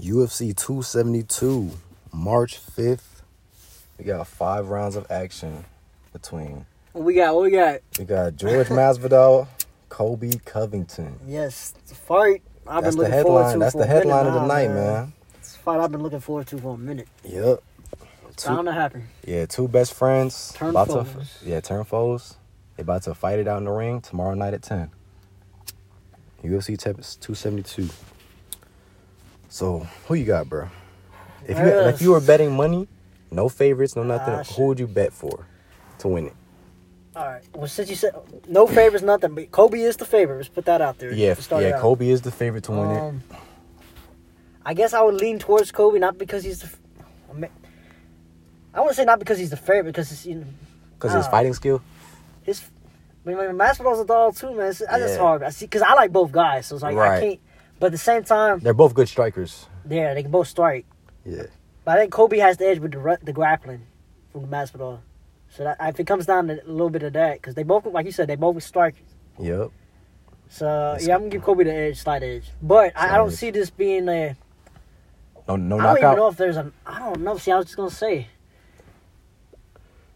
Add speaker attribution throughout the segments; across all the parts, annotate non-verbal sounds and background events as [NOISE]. Speaker 1: UFC 272, March 5th. We got five rounds of action between.
Speaker 2: What we got? What we got?
Speaker 1: We got
Speaker 2: [LAUGHS]
Speaker 1: George Masvidal, Kobe Covington.
Speaker 2: Yes, it's a fight. I've
Speaker 1: That's
Speaker 2: been
Speaker 1: the
Speaker 2: looking forward
Speaker 1: headline.
Speaker 2: to.
Speaker 1: That's
Speaker 2: for
Speaker 1: the
Speaker 2: a minute
Speaker 1: headline of the
Speaker 2: now,
Speaker 1: night, man.
Speaker 2: It's a fight I've been looking forward to for a minute.
Speaker 1: Yep.
Speaker 2: It's
Speaker 1: Two-
Speaker 2: bound to happen.
Speaker 1: Yeah, two best friends.
Speaker 2: Turn
Speaker 1: about to-
Speaker 2: foes.
Speaker 1: yeah, turn foes. They about to fight it out in the ring tomorrow night at 10. UFC tep- 272. So, who you got, bro? If you
Speaker 2: Uh,
Speaker 1: if you were betting money, no favorites, no nothing,
Speaker 2: Ah, shit.
Speaker 1: who would you bet for to win it?
Speaker 2: All right. Well, since you said no favors, nothing. But Kobe is the favorite. Let's put that out there.
Speaker 1: Yeah,
Speaker 2: to
Speaker 1: f-
Speaker 2: start it
Speaker 1: yeah,
Speaker 2: out.
Speaker 1: Kobe is the favorite to win
Speaker 2: Um, I guess I would lean towards Kobe, not because he's the. f- I mean- I wouldn't say not because he's the favorite, because it's, you know,
Speaker 1: it because his
Speaker 2: ah.
Speaker 1: fighting skill.
Speaker 2: his. I mean, Masvidal's a dog too, man. It's, I just
Speaker 1: Yeah.
Speaker 2: hard. I see, because I like both guys, so it's like I
Speaker 1: Right.
Speaker 2: can't. But at the same time,
Speaker 1: They're both good strikers.
Speaker 2: yeah, they can both strike.
Speaker 1: Yeah,
Speaker 2: But I think Kobe has the edge with the, ru- the grappling from Masvidal. So that, if it comes down to a little bit of that, because they both, like you said, they both strike.
Speaker 1: yep.
Speaker 2: So yeah, I'm gonna give Kobe the edge, slight edge. But I, I don't
Speaker 1: Slight edge.
Speaker 2: see this being a.
Speaker 1: No, no
Speaker 2: I don't even know
Speaker 1: knockout.
Speaker 2: if there's an. I don't know. See, I was just gonna say,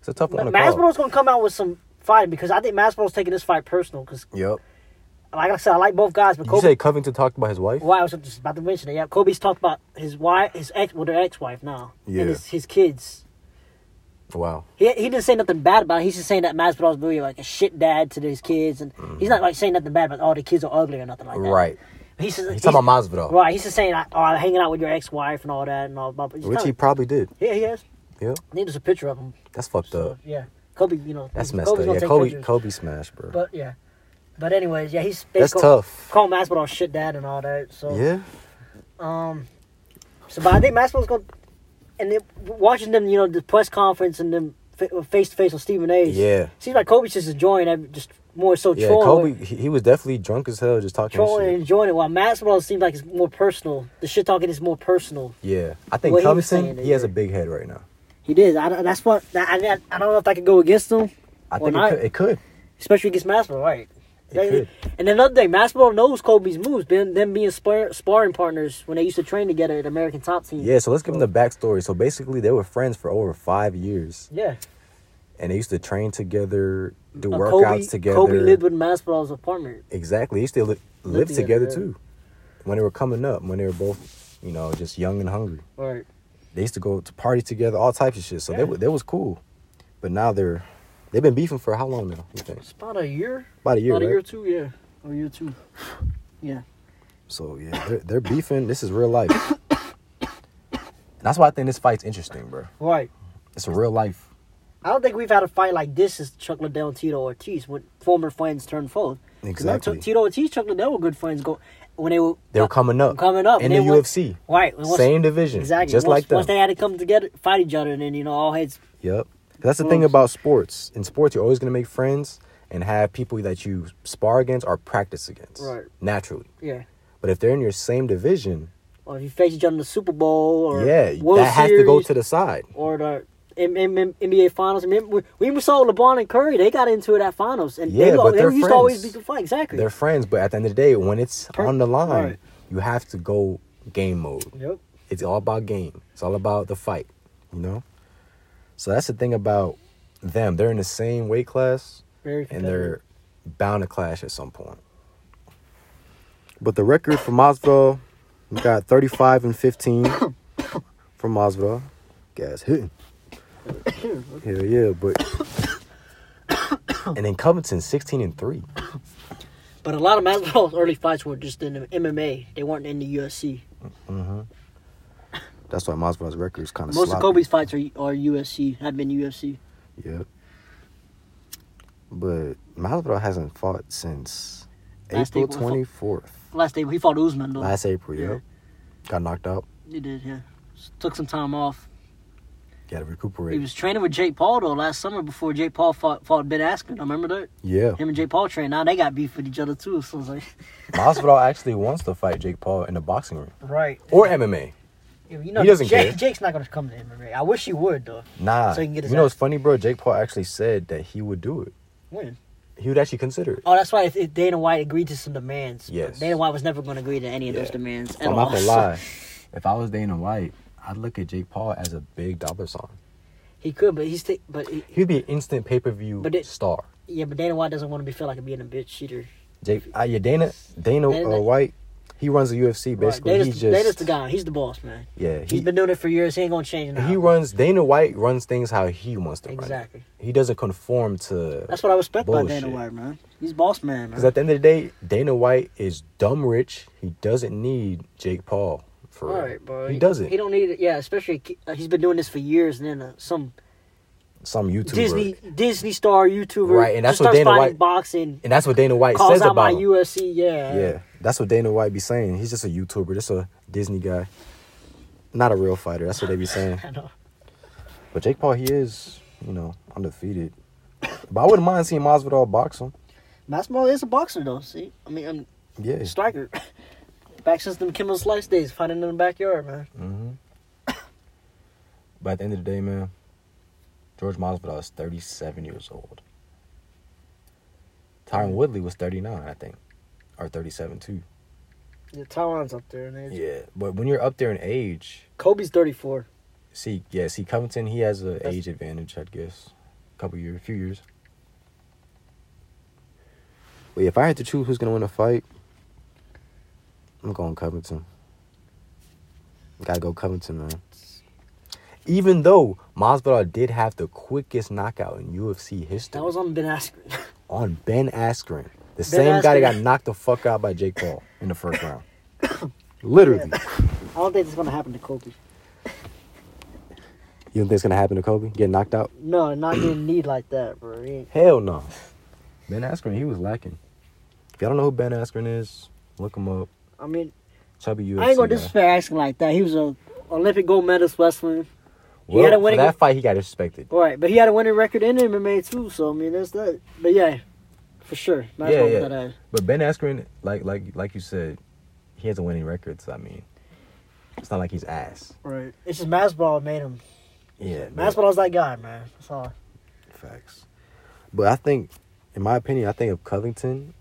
Speaker 1: It's a tough one to call.
Speaker 2: Masvidal's gonna come out with some fighting because I think Masvidal's taking this fight personal. Because,
Speaker 1: Yep.
Speaker 2: like I said, I like both guys, but
Speaker 1: You
Speaker 2: Kobe.
Speaker 1: say Covington talked about his wife.
Speaker 2: Why I was just about to mention it. Yeah, Kobe's talked about his wife, his ex, well, their ex-wife now,
Speaker 1: Yeah.
Speaker 2: and his, his kids.
Speaker 1: Wow.
Speaker 2: He he didn't say nothing bad about. it. He's just saying that Masvidal's really like a shit dad to his kids, and he's not like saying nothing bad about. Oh, the kids are ugly or nothing like that.
Speaker 1: Mm-hmm. Right.
Speaker 2: He's just
Speaker 1: He's talking about Masvidal,
Speaker 2: Right. He's just saying, like, oh, I'm hanging out with your ex-wife and all that and all. Blah, blah. He's
Speaker 1: which he
Speaker 2: kinda-
Speaker 1: probably did.
Speaker 2: yeah, he has.
Speaker 1: Yeah,
Speaker 2: I think there's a picture of him.
Speaker 1: that's fucked
Speaker 2: So,
Speaker 1: up.
Speaker 2: yeah, Kobe. You know,
Speaker 1: That's
Speaker 2: Kobe's
Speaker 1: messed up.
Speaker 2: gonna
Speaker 1: Yeah,
Speaker 2: take
Speaker 1: Kobe,
Speaker 2: pictures.
Speaker 1: Kobe smash, bro.
Speaker 2: But yeah. But anyways, yeah, he's
Speaker 1: That's
Speaker 2: basically
Speaker 1: tough.
Speaker 2: Call Masvidal shit dad and all that. So
Speaker 1: yeah,
Speaker 2: Um. So, but I think Masvidal's gonna and then watching them, you know, the press conference and them face to face with Stephen A.
Speaker 1: Yeah.
Speaker 2: Seems like Kobe's just enjoying it, just more so
Speaker 1: yeah.
Speaker 2: trolling,
Speaker 1: Kobe, he, he was definitely drunk as hell, just talking
Speaker 2: trolling and
Speaker 1: shit.
Speaker 2: enjoying it. While Masvidal seems like it's more personal. The shit talking is more personal.
Speaker 1: Yeah, I think
Speaker 2: What he was
Speaker 1: Covington,
Speaker 2: saying
Speaker 1: he has
Speaker 2: is-
Speaker 1: a big head right now.
Speaker 2: He did. I, don't- that's what I, I, I don't know if I could go against him,
Speaker 1: I
Speaker 2: Well,
Speaker 1: think
Speaker 2: not-
Speaker 1: it, could, it could.
Speaker 2: especially against Masvidal, right?
Speaker 1: It could.
Speaker 2: And another thing, Masvidal knows Kobe's moves, been them being spar- sparring partners when they used to train together at American Top Team.
Speaker 1: Yeah, so let's give him the backstory. So basically, they were friends for over five years,
Speaker 2: yeah.
Speaker 1: and they used to train together, do
Speaker 2: Uh,
Speaker 1: workouts
Speaker 2: Kobe,
Speaker 1: together.
Speaker 2: Kobe lived with Masvidal's apartment.
Speaker 1: exactly. They used to li- live together
Speaker 2: together, yeah.
Speaker 1: too. When they were coming up, when they were both, you know, just young and hungry.
Speaker 2: Right.
Speaker 1: they used to go to parties together, all types of shit. So
Speaker 2: Yeah.
Speaker 1: they they that was cool. But now they're they've been beefing for how long now? You think
Speaker 2: It's about a year.
Speaker 1: about a year,
Speaker 2: about
Speaker 1: right?
Speaker 2: a year or two, yeah. Or a year or two. Yeah.
Speaker 1: So yeah, they're, they're beefing. This is real life. That's why I think this fight's interesting, bro.
Speaker 2: Right.
Speaker 1: It's a real life.
Speaker 2: I don't think we've had a fight like this since Chuck Liddell and Tito Ortiz when former friends turned foes. 'Cause remember,
Speaker 1: Exactly.
Speaker 2: Tito Ortiz, Chuck Liddell were good friends go when they were
Speaker 1: They were coming up,
Speaker 2: coming up
Speaker 1: in
Speaker 2: and
Speaker 1: the
Speaker 2: they went-
Speaker 1: UFC.
Speaker 2: Right. and once-
Speaker 1: Same division,
Speaker 2: Exactly.
Speaker 1: just
Speaker 2: once,
Speaker 1: like them.
Speaker 2: Once they had to come together, fight each other, and then you know all heads.
Speaker 1: Yep. That's the thing
Speaker 2: Moves.
Speaker 1: about sports. In sports, you're always gonna make friends and have people that you spar against or practice against
Speaker 2: Right.
Speaker 1: naturally.
Speaker 2: Yeah.
Speaker 1: But if they're in your same division,
Speaker 2: Or if you face each other in the Super Bowl or
Speaker 1: yeah,
Speaker 2: World
Speaker 1: that has to go
Speaker 2: Series.
Speaker 1: to the side.
Speaker 2: or the M- M- M- NBA Finals. I mean, we, we even saw LeBron and Curry; they got into it at Finals, and
Speaker 1: Yeah,
Speaker 2: they, lo-
Speaker 1: but
Speaker 2: they
Speaker 1: they're
Speaker 2: used to always be
Speaker 1: friends.
Speaker 2: good fight. Exactly.
Speaker 1: they're friends, but at the end of the day, when it's
Speaker 2: Per-
Speaker 1: on the line,
Speaker 2: Right.
Speaker 1: you have to go game mode.
Speaker 2: yep.
Speaker 1: It's all about game. It's all about the fight, you know? So that's the thing about them. They're in the same weight class
Speaker 2: Very
Speaker 1: and
Speaker 2: competitive.
Speaker 1: they're bound to clash at some point. But the record for Masvidal, we got 35 and
Speaker 2: [COUGHS]
Speaker 1: 15 from Masvidal. Guys hitting. Hell yeah, but [COUGHS] and then Covington 16 and 3.
Speaker 2: But a lot of Masvidal's [LAUGHS] early fights were just in the MMA; they weren't in the UFC.
Speaker 1: That's why Masvidal's record is kind of
Speaker 2: Most
Speaker 1: sloppy.
Speaker 2: of Kobe's fights are are UFC. Have been UFC.
Speaker 1: Yep. But Masvidal hasn't fought since
Speaker 2: Last
Speaker 1: April
Speaker 2: April, I
Speaker 1: twenty fourth.
Speaker 2: Last day he fought Usman though.
Speaker 1: Last April,
Speaker 2: Yeah.
Speaker 1: yep. Got knocked out.
Speaker 2: He did, yeah. Took some time off.
Speaker 1: Got to recuperate.
Speaker 2: He was training with Jake Paul though last summer before Jake Paul fought, fought Ben Askren. I remember that.
Speaker 1: yeah, [LAUGHS]
Speaker 2: Him and Jake Paul trained. Now they got beef with each other too. So it's like,
Speaker 1: Masvidal actually wants to fight Jake Paul in the boxing ring
Speaker 2: right.
Speaker 1: or MMA.
Speaker 2: Yeah, You know,
Speaker 1: He doesn't
Speaker 2: Jake,
Speaker 1: care.
Speaker 2: Jake's not gonna come to MMA. I wish he would though.
Speaker 1: Nah,
Speaker 2: So he can get his
Speaker 1: you know
Speaker 2: ass-
Speaker 1: what's funny, bro? Jake Paul actually said that he would do it.
Speaker 2: When?
Speaker 1: He would actually consider it.
Speaker 2: Oh, that's why if, if Dana White agreed to some demands.
Speaker 1: Yes.
Speaker 2: Dana White was never gonna agree to any of
Speaker 1: Yeah.
Speaker 2: those demands.
Speaker 1: I'm
Speaker 2: At all.
Speaker 1: not gonna lie. If I was Dana White, I'd look at Jake Paul as a big dollar sign.
Speaker 2: [LAUGHS] He could, but he's t- but he,
Speaker 1: He'd be an instant pay per view
Speaker 2: But it-
Speaker 1: star.
Speaker 2: yeah, but Dana White doesn't want to be feel like being a bitch cheater.
Speaker 1: Jake, uh, yeah, Dana, Dana,
Speaker 2: Dana-
Speaker 1: uh, White, he runs the UFC.
Speaker 2: Right,
Speaker 1: Basically,
Speaker 2: Dana's,
Speaker 1: he's just
Speaker 2: Dana's the guy. He's the boss, man.
Speaker 1: yeah.
Speaker 2: He's
Speaker 1: He,
Speaker 2: been doing it for years. He ain't gonna change now.
Speaker 1: he runs Dana White runs things how he wants to run.
Speaker 2: exactly.
Speaker 1: it. He doesn't conform to
Speaker 2: That's what I respect about Dana
Speaker 1: Bullshit.
Speaker 2: White, man. He's boss man, man.
Speaker 1: Because at the end of the day, Dana White is dumb rich. He doesn't need Jake Paul for
Speaker 2: All
Speaker 1: real.
Speaker 2: right, bro.
Speaker 1: He doesn't.
Speaker 2: He don't need it. Yeah, especially a ki- uh, he's been doing this for years, and then uh, some
Speaker 1: Some YouTuber.
Speaker 2: Disney Disney star YouTuber,
Speaker 1: Right, and that's
Speaker 2: just
Speaker 1: what
Speaker 2: starts
Speaker 1: Dana
Speaker 2: fighting
Speaker 1: White-
Speaker 2: boxing,
Speaker 1: And that's what Dana White
Speaker 2: calls
Speaker 1: says
Speaker 2: out my
Speaker 1: about him.
Speaker 2: UFC. Yeah,
Speaker 1: yeah, that's what Dana White be saying. He's just a YouTuber. Just a Disney guy. Not a real fighter. That's what they be saying.
Speaker 2: [LAUGHS] I know.
Speaker 1: But Jake Paul, he is, you know, undefeated. But I wouldn't mind seeing Masvidal box him.
Speaker 2: Masvidal is a boxer though. See, I mean, I'm
Speaker 1: Yeah.
Speaker 2: striker. [LAUGHS] Back since them Kimmel Slice days, fighting in the backyard, man.
Speaker 1: hmm But at the end of the day, man, George Masvidal is 37 years old. Tyron Woodley was 39, I think, or 37 too.
Speaker 2: Yeah, Tyron's up there in age.
Speaker 1: Yeah, but when you're up there in age,
Speaker 2: Kobe's 34.
Speaker 1: see, yeah, see, Covington, he has an age advantage, I guess, a couple years, a few years. Wait, if I had to choose who's gonna win a fight, I'm going Covington. Gotta go Covington, man. Even though Masvidal did have the quickest knockout in UFC history
Speaker 2: That was on Ben Askren. [LAUGHS]
Speaker 1: on Ben Askren, the same guy that got
Speaker 2: Askren.
Speaker 1: knocked the fuck out by Jake Paul in the first round. [COUGHS] Literally,
Speaker 2: I don't think it's gonna happen to Kobe.
Speaker 1: you don't think it's gonna happen to Kobe? Get knocked out?
Speaker 2: No, not
Speaker 1: [CLEARS THROAT]
Speaker 2: getting need like that, bro. He ain't-
Speaker 1: Hell no. Ben Askren, he was lacking. If y'all don't know who Ben Askren is, look him up.
Speaker 2: I mean,
Speaker 1: Chubby UFC.
Speaker 2: I ain't gonna
Speaker 1: guy.
Speaker 2: disrespect Askren like that. He was a Olympic gold medalist wrestler. He
Speaker 1: Well,
Speaker 2: had a
Speaker 1: for
Speaker 2: winning.
Speaker 1: that fight, he got disrespected.
Speaker 2: Right, but he had a winning record in MMA too. So I mean, that's that. But yeah, for sure. That's
Speaker 1: Yeah,
Speaker 2: what
Speaker 1: yeah.
Speaker 2: that I-
Speaker 1: But Ben Askren, like like like you said, he has a winning record. So I mean, it's not like he's ass.
Speaker 2: Right. It's just Masvidal made him.
Speaker 1: Yeah, man.
Speaker 2: Masvidal's that guy, man. That's all.
Speaker 1: Facts. But I think, in my opinion, I think if Covington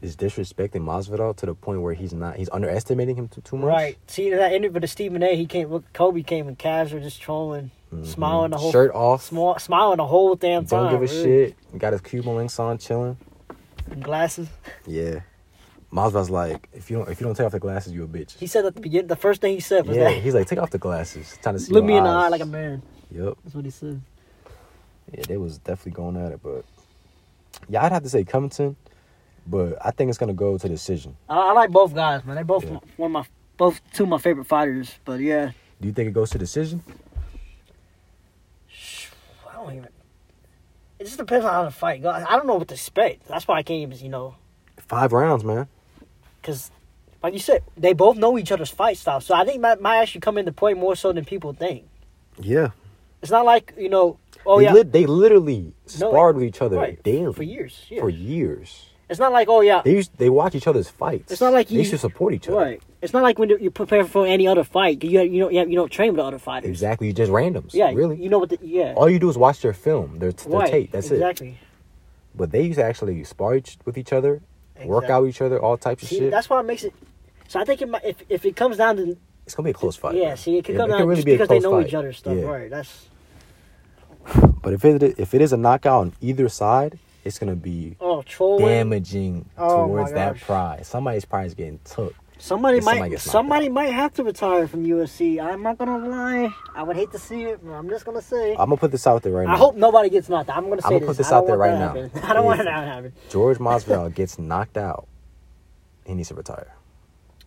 Speaker 1: is disrespecting Masvidal to the point where he's not, he's underestimating him too, too much.
Speaker 2: Right. See that interview with Stephen A. He came. with- Kobe came in casual, just trolling,
Speaker 1: Mhm.
Speaker 2: smiling the whole
Speaker 1: shirt off,
Speaker 2: small, smiling the whole damn
Speaker 1: don't
Speaker 2: time.
Speaker 1: give a
Speaker 2: really.
Speaker 1: shit. Got his Cuban links on, chilling.
Speaker 2: Glasses.
Speaker 1: Yeah. Masvidal's like, if you don't if you don't take off the glasses, you a bitch.
Speaker 2: He said at the beginning. The first thing he said was
Speaker 1: yeah,
Speaker 2: [LAUGHS] that.
Speaker 1: he's like, take off the glasses. Trying to see
Speaker 2: Look
Speaker 1: your
Speaker 2: me in the
Speaker 1: eyes.
Speaker 2: eye like a man.
Speaker 1: Yep.
Speaker 2: That's what he said.
Speaker 1: Yeah, they was definitely going at it, but yeah, I'd have to say Covington, but I think it's gonna go to decision.
Speaker 2: I, I like both guys, man. They both
Speaker 1: Yeah.
Speaker 2: one of my both two of my favorite fighters. But yeah,
Speaker 1: Do you think it goes to decision?
Speaker 2: I don't even. It just depends on how the fight goes. I don't know what to expect. That's why I can't even, you know,
Speaker 1: Five rounds, man.
Speaker 2: because like you said, they both know each other's fight style. So I think that might actually come into play more so than people think.
Speaker 1: Yeah.
Speaker 2: It's not like you know, oh
Speaker 1: they,
Speaker 2: yeah,
Speaker 1: lit- they literally sparred with each other
Speaker 2: right,
Speaker 1: daily
Speaker 2: for years, yeah.
Speaker 1: For years,
Speaker 2: it's not like oh yeah,
Speaker 1: they used, they watch each other's fights.
Speaker 2: It's not like
Speaker 1: they
Speaker 2: you-
Speaker 1: should support each other.
Speaker 2: right. It's not like when you prepare for any other fight, you you don't you don't train with the other fighters.
Speaker 1: Exactly. You just randoms.
Speaker 2: Yeah,
Speaker 1: Really.
Speaker 2: You know what? The, yeah.
Speaker 1: All you do is watch their film, their, their
Speaker 2: right.
Speaker 1: tape. That's it.
Speaker 2: exactly.
Speaker 1: But they used to actually spar each, with each other, work
Speaker 2: Exactly.
Speaker 1: out with each other, all types of
Speaker 2: See,
Speaker 1: shit.
Speaker 2: that's why it makes it. So I think it might, if if it comes down to
Speaker 1: it's gonna be a close fight.
Speaker 2: yeah,
Speaker 1: man.
Speaker 2: see, it could
Speaker 1: It-
Speaker 2: come
Speaker 1: it
Speaker 2: down
Speaker 1: could really
Speaker 2: just
Speaker 1: be a
Speaker 2: because they
Speaker 1: close
Speaker 2: know
Speaker 1: fight.
Speaker 2: each other's stuff.
Speaker 1: Yeah.
Speaker 2: Right. That's
Speaker 1: But if it if it is a knockout on either side, it's gonna be
Speaker 2: oh trolling.
Speaker 1: damaging
Speaker 2: Oh, my
Speaker 1: towards that
Speaker 2: gosh.
Speaker 1: prize. Somebody's prize getting took.
Speaker 2: Somebody
Speaker 1: If somebody
Speaker 2: might
Speaker 1: gets knocked
Speaker 2: somebody might have to retire from UFC. I'm not gonna lie. I would hate to see it, but I'm just gonna say.
Speaker 1: I'm gonna put this out there right now.
Speaker 2: I hope nobody gets knocked. out. I'm gonna say
Speaker 1: Ah, I'ma
Speaker 2: this.
Speaker 1: put this
Speaker 2: I don't
Speaker 1: out there
Speaker 2: want that
Speaker 1: right now.
Speaker 2: to happen. [LAUGHS] I don't want
Speaker 1: If-
Speaker 2: that to happen.
Speaker 1: George Masvidal [LAUGHS] gets knocked out. He needs to retire.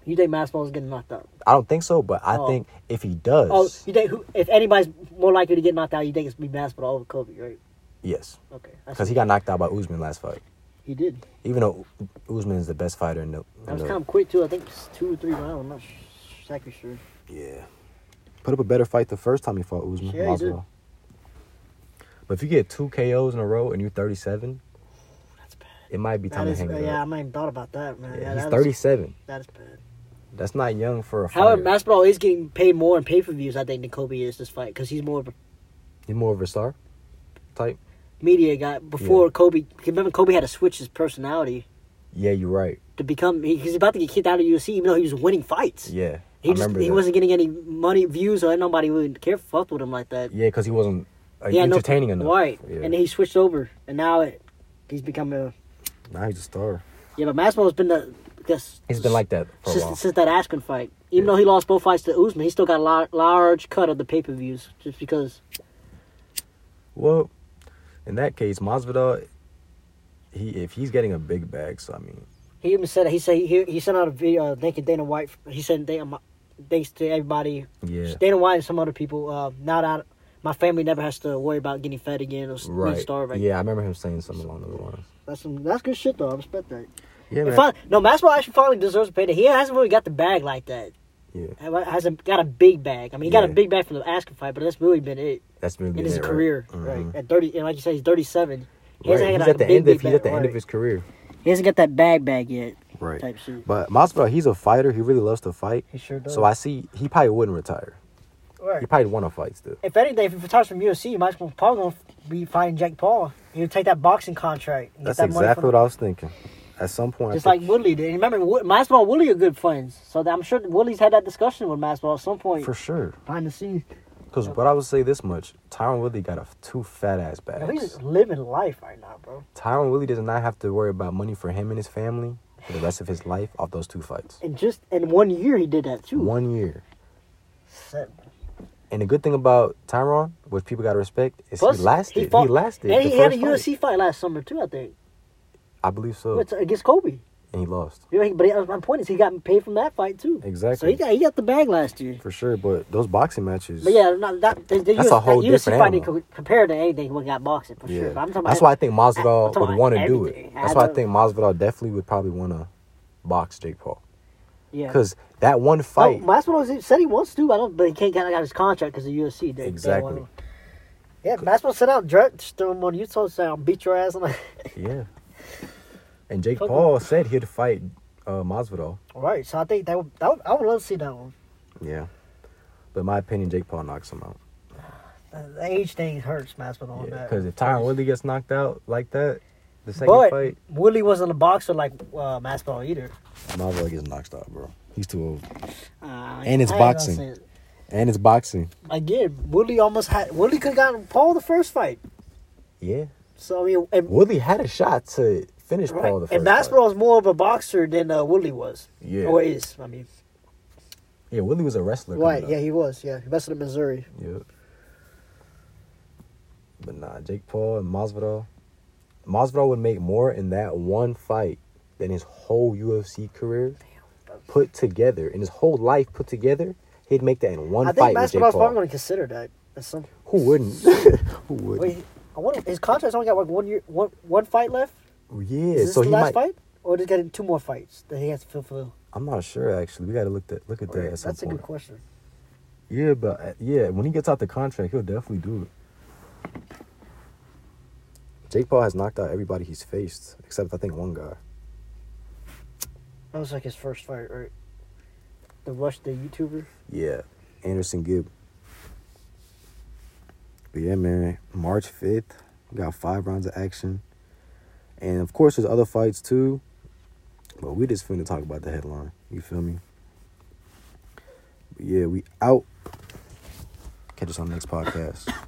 Speaker 2: You think Masvidal is getting knocked out?
Speaker 1: I don't think so, but I
Speaker 2: Oh.
Speaker 1: think if he does,
Speaker 2: Oh, you think who, if anybody's more likely to get knocked out, you think it's be Masvidal over Kobe, right?
Speaker 1: yes,
Speaker 2: Okay. that's-
Speaker 1: because he got knocked out by Usman last fight.
Speaker 2: he did.
Speaker 1: Even though Usman is the best fighter in the,
Speaker 2: That
Speaker 1: in
Speaker 2: was
Speaker 1: the
Speaker 2: kind of quick too. I think it's two or three rounds. I'm not exactly sure.
Speaker 1: yeah, put up a better fight the first time he fought Usman.
Speaker 2: Yeah, he did.
Speaker 1: Masvidal. But if you get two KOs in a row and you're 37,
Speaker 2: That's bad.
Speaker 1: it might be time
Speaker 2: That
Speaker 1: to
Speaker 2: is,
Speaker 1: hang
Speaker 2: uh,
Speaker 1: it
Speaker 2: yeah, I
Speaker 1: up.
Speaker 2: haven't even thought about that, man.
Speaker 1: Yeah,
Speaker 2: Yeah,
Speaker 1: he's
Speaker 2: that is-
Speaker 1: 37.
Speaker 2: that is bad.
Speaker 1: That's not young for a fighter.
Speaker 2: However, Masvidal is getting paid more in pay per views, I think, than Kobe is this fight because he's more of a
Speaker 1: He's more of a star type.
Speaker 2: media guy. Before Kobe, remember Kobe had to switch his personality
Speaker 1: Yeah, you're right.
Speaker 2: to become. He, he's about to get kicked out of UFC, even though he was winning fights.
Speaker 1: Yeah,
Speaker 2: He
Speaker 1: I
Speaker 2: just
Speaker 1: remember
Speaker 2: he
Speaker 1: that.
Speaker 2: wasn't getting any money views or nobody would care fucked with him like that.
Speaker 1: Yeah, because he wasn't like,
Speaker 2: He had no-
Speaker 1: entertaining enough.
Speaker 2: Right.
Speaker 1: Yeah.
Speaker 2: And then he switched over and now it, he's become a
Speaker 1: now he's a star.
Speaker 2: yeah, but Masvidal's been the this,
Speaker 1: He's been like that for a while.
Speaker 2: since, since that Aspen fight. Even
Speaker 1: Yeah.
Speaker 2: though he lost both fights to Usman, he still got a lar- large cut of the pay per views just because
Speaker 1: Well, in that case, Masvidal, he if he's getting a big bag, so I mean,
Speaker 2: He even said he said he he sent out a video uh, thanking Dana White. He said "Damn, my- thanks to everybody,
Speaker 1: yeah,
Speaker 2: Dana White and some other people. Uh, now that my family never has to worry about getting fed again or right.
Speaker 1: right,
Speaker 2: starve. Like,
Speaker 1: yeah. I remember him saying something along those lines.
Speaker 2: that's some that's good shit though. I respect that.
Speaker 1: Yeah,
Speaker 2: And
Speaker 1: man.
Speaker 2: fin- no, Masvidal actually finally deserves a payday. He hasn't really got the bag like that.
Speaker 1: Yeah,
Speaker 2: He Hasn't got a big bag. I mean, he got a
Speaker 1: Yeah.
Speaker 2: big bag from the Askin fight, but that's really been it
Speaker 1: that's been
Speaker 2: in his
Speaker 1: it, right?
Speaker 2: career.
Speaker 1: Mhm.
Speaker 2: Right at thirty, and like you said, he's thirty-seven. He
Speaker 1: Right,
Speaker 2: hasn't
Speaker 1: He's
Speaker 2: got
Speaker 1: at
Speaker 2: a
Speaker 1: the
Speaker 2: big,
Speaker 1: end of
Speaker 2: big
Speaker 1: he's
Speaker 2: bag,
Speaker 1: at the end
Speaker 2: right.
Speaker 1: of his career.
Speaker 2: He hasn't got that bag bag yet.
Speaker 1: Right.
Speaker 2: Type shit.
Speaker 1: But Masvidal, he's a fighter. He really loves to fight.
Speaker 2: He sure does.
Speaker 1: So I see he probably wouldn't retire.
Speaker 2: Right.
Speaker 1: He probably want to fight still.
Speaker 2: If anything, if he retires from UFC, you might as well probably gonna be fighting Jake Paul. You take that boxing contract. And
Speaker 1: That's
Speaker 2: get that money
Speaker 1: exactly
Speaker 2: from-
Speaker 1: what I was thinking. At some point, I
Speaker 2: Just like
Speaker 1: think-
Speaker 2: Woodley did. And remember, Wood, Masvidal and Woodley are good friends, so that- I'm sure that Woodley's had that discussion with Masvidal at some point
Speaker 1: for sure.
Speaker 2: behind the scenes.
Speaker 1: Because what I would say this much, Tyron Woodley got a f- two fat ass
Speaker 2: Yo, he's
Speaker 1: bags.
Speaker 2: just living life right now, bro.
Speaker 1: Tyron Woodley does not have to worry about money for him and his family for the rest of his life off those two fights.
Speaker 2: And just in one year, he did that too.
Speaker 1: One year.
Speaker 2: Seven.
Speaker 1: And the good thing about Tyron, which people gotta respect, is
Speaker 2: Plus,
Speaker 1: he lasted. He,
Speaker 2: fought-
Speaker 1: lasted.
Speaker 2: And
Speaker 1: the
Speaker 2: he had a
Speaker 1: first fight.
Speaker 2: UFC fight last summer too, I think,
Speaker 1: I believe so.
Speaker 2: It's against Kobe.
Speaker 1: And he lost.
Speaker 2: You know, he, but he, my point is, he got paid from that fight too. So
Speaker 1: Exactly.
Speaker 2: he got he got the bag last year.
Speaker 1: For sure, but those boxing matches.
Speaker 2: But yeah, no, that, the, the
Speaker 1: That's
Speaker 2: UFC,
Speaker 1: a whole
Speaker 2: that UFC
Speaker 1: different
Speaker 2: fight didn't
Speaker 1: animal.
Speaker 2: co- compare to anything when got boxing for sure. But I'm talking
Speaker 1: That's why I
Speaker 2: about
Speaker 1: think
Speaker 2: I'm
Speaker 1: Masvidal
Speaker 2: talking
Speaker 1: would
Speaker 2: about
Speaker 1: want to do
Speaker 2: everything.
Speaker 1: it.
Speaker 2: I
Speaker 1: That's why I
Speaker 2: know.
Speaker 1: think Masvidal definitely would probably want to box Jake Paul
Speaker 2: yeah. Oh,
Speaker 1: because that one fight,
Speaker 2: No, Masvidal is- said he wants to. I don't, but he can't get out his contract because of UFC. They,
Speaker 1: Exactly.
Speaker 2: They want him. yeah, Masvidal sent out Dredge to him on Utah saying, "I'll beat your ass." [LAUGHS] And like,
Speaker 1: yeah. And Jake
Speaker 2: Fuck
Speaker 1: Paul said he'd fight uh, Masvidal.
Speaker 2: all right. So I think that would, that would, I would love to see that one.
Speaker 1: Yeah, but in my opinion, Jake Paul knocks him out.
Speaker 2: The, the age thing hurts Masvidal on
Speaker 1: Yeah,
Speaker 2: that.
Speaker 1: because if Tyron Woodley gets knocked out like that, the second
Speaker 2: but
Speaker 1: fight,
Speaker 2: Woodley wasn't a boxer like uh, Masvidal either.
Speaker 1: Masvidal gets knocked out, bro. He's too old,
Speaker 2: Uh,
Speaker 1: And it's
Speaker 2: I ain't gonna
Speaker 1: boxing.
Speaker 2: say it.
Speaker 1: and it's boxing.
Speaker 2: Again, Woodley almost had Woodley could have gotten Paul the first fight.
Speaker 1: Yeah,
Speaker 2: So I mean, and
Speaker 1: Woodley had a shot to finish
Speaker 2: Right.
Speaker 1: Paul the first.
Speaker 2: and
Speaker 1: fight.
Speaker 2: Masvidal is more of a boxer than uh, Woodley was.
Speaker 1: Yeah.
Speaker 2: Or is. I mean,
Speaker 1: Yeah, Woodley was a wrestler. coming
Speaker 2: right.
Speaker 1: up.
Speaker 2: Yeah, he was. Yeah. He wrestled in Missouri.
Speaker 1: Yep. But nah, Jake Paul and Masvidal. Masvidal would make more in that one fight than his whole UFC career put together, and his whole life put together. He'd make that in one
Speaker 2: I
Speaker 1: fight
Speaker 2: think
Speaker 1: with Jake
Speaker 2: Masvidal's probably
Speaker 1: Paul.
Speaker 2: going to consider that. At some,
Speaker 1: Who wouldn't? [LAUGHS] Who would?
Speaker 2: [LAUGHS] wait,
Speaker 1: not
Speaker 2: I wonder, his contract's only got like one year, one, one fight left.
Speaker 1: yeah,
Speaker 2: Is this
Speaker 1: so
Speaker 2: the
Speaker 1: he
Speaker 2: last
Speaker 1: might.
Speaker 2: fight? Or did he get two more fights that he has to fulfill?
Speaker 1: I'm not sure actually. We gotta look that look at that. at some
Speaker 2: Oh, That's a good
Speaker 1: point.
Speaker 2: question.
Speaker 1: Yeah, but uh, yeah, when he gets out the contract, he'll definitely do it. Jake Paul has knocked out everybody he's faced, except I think one guy.
Speaker 2: That was like his first fight, right? The Rush, the YouTuber.
Speaker 1: Yeah, Anderson Gibb. But yeah, man, March 5th, we got five rounds of action. And of course, there's other fights too. But we just finna talk about the headline. You feel me? But yeah, we out. Catch us on the next podcast.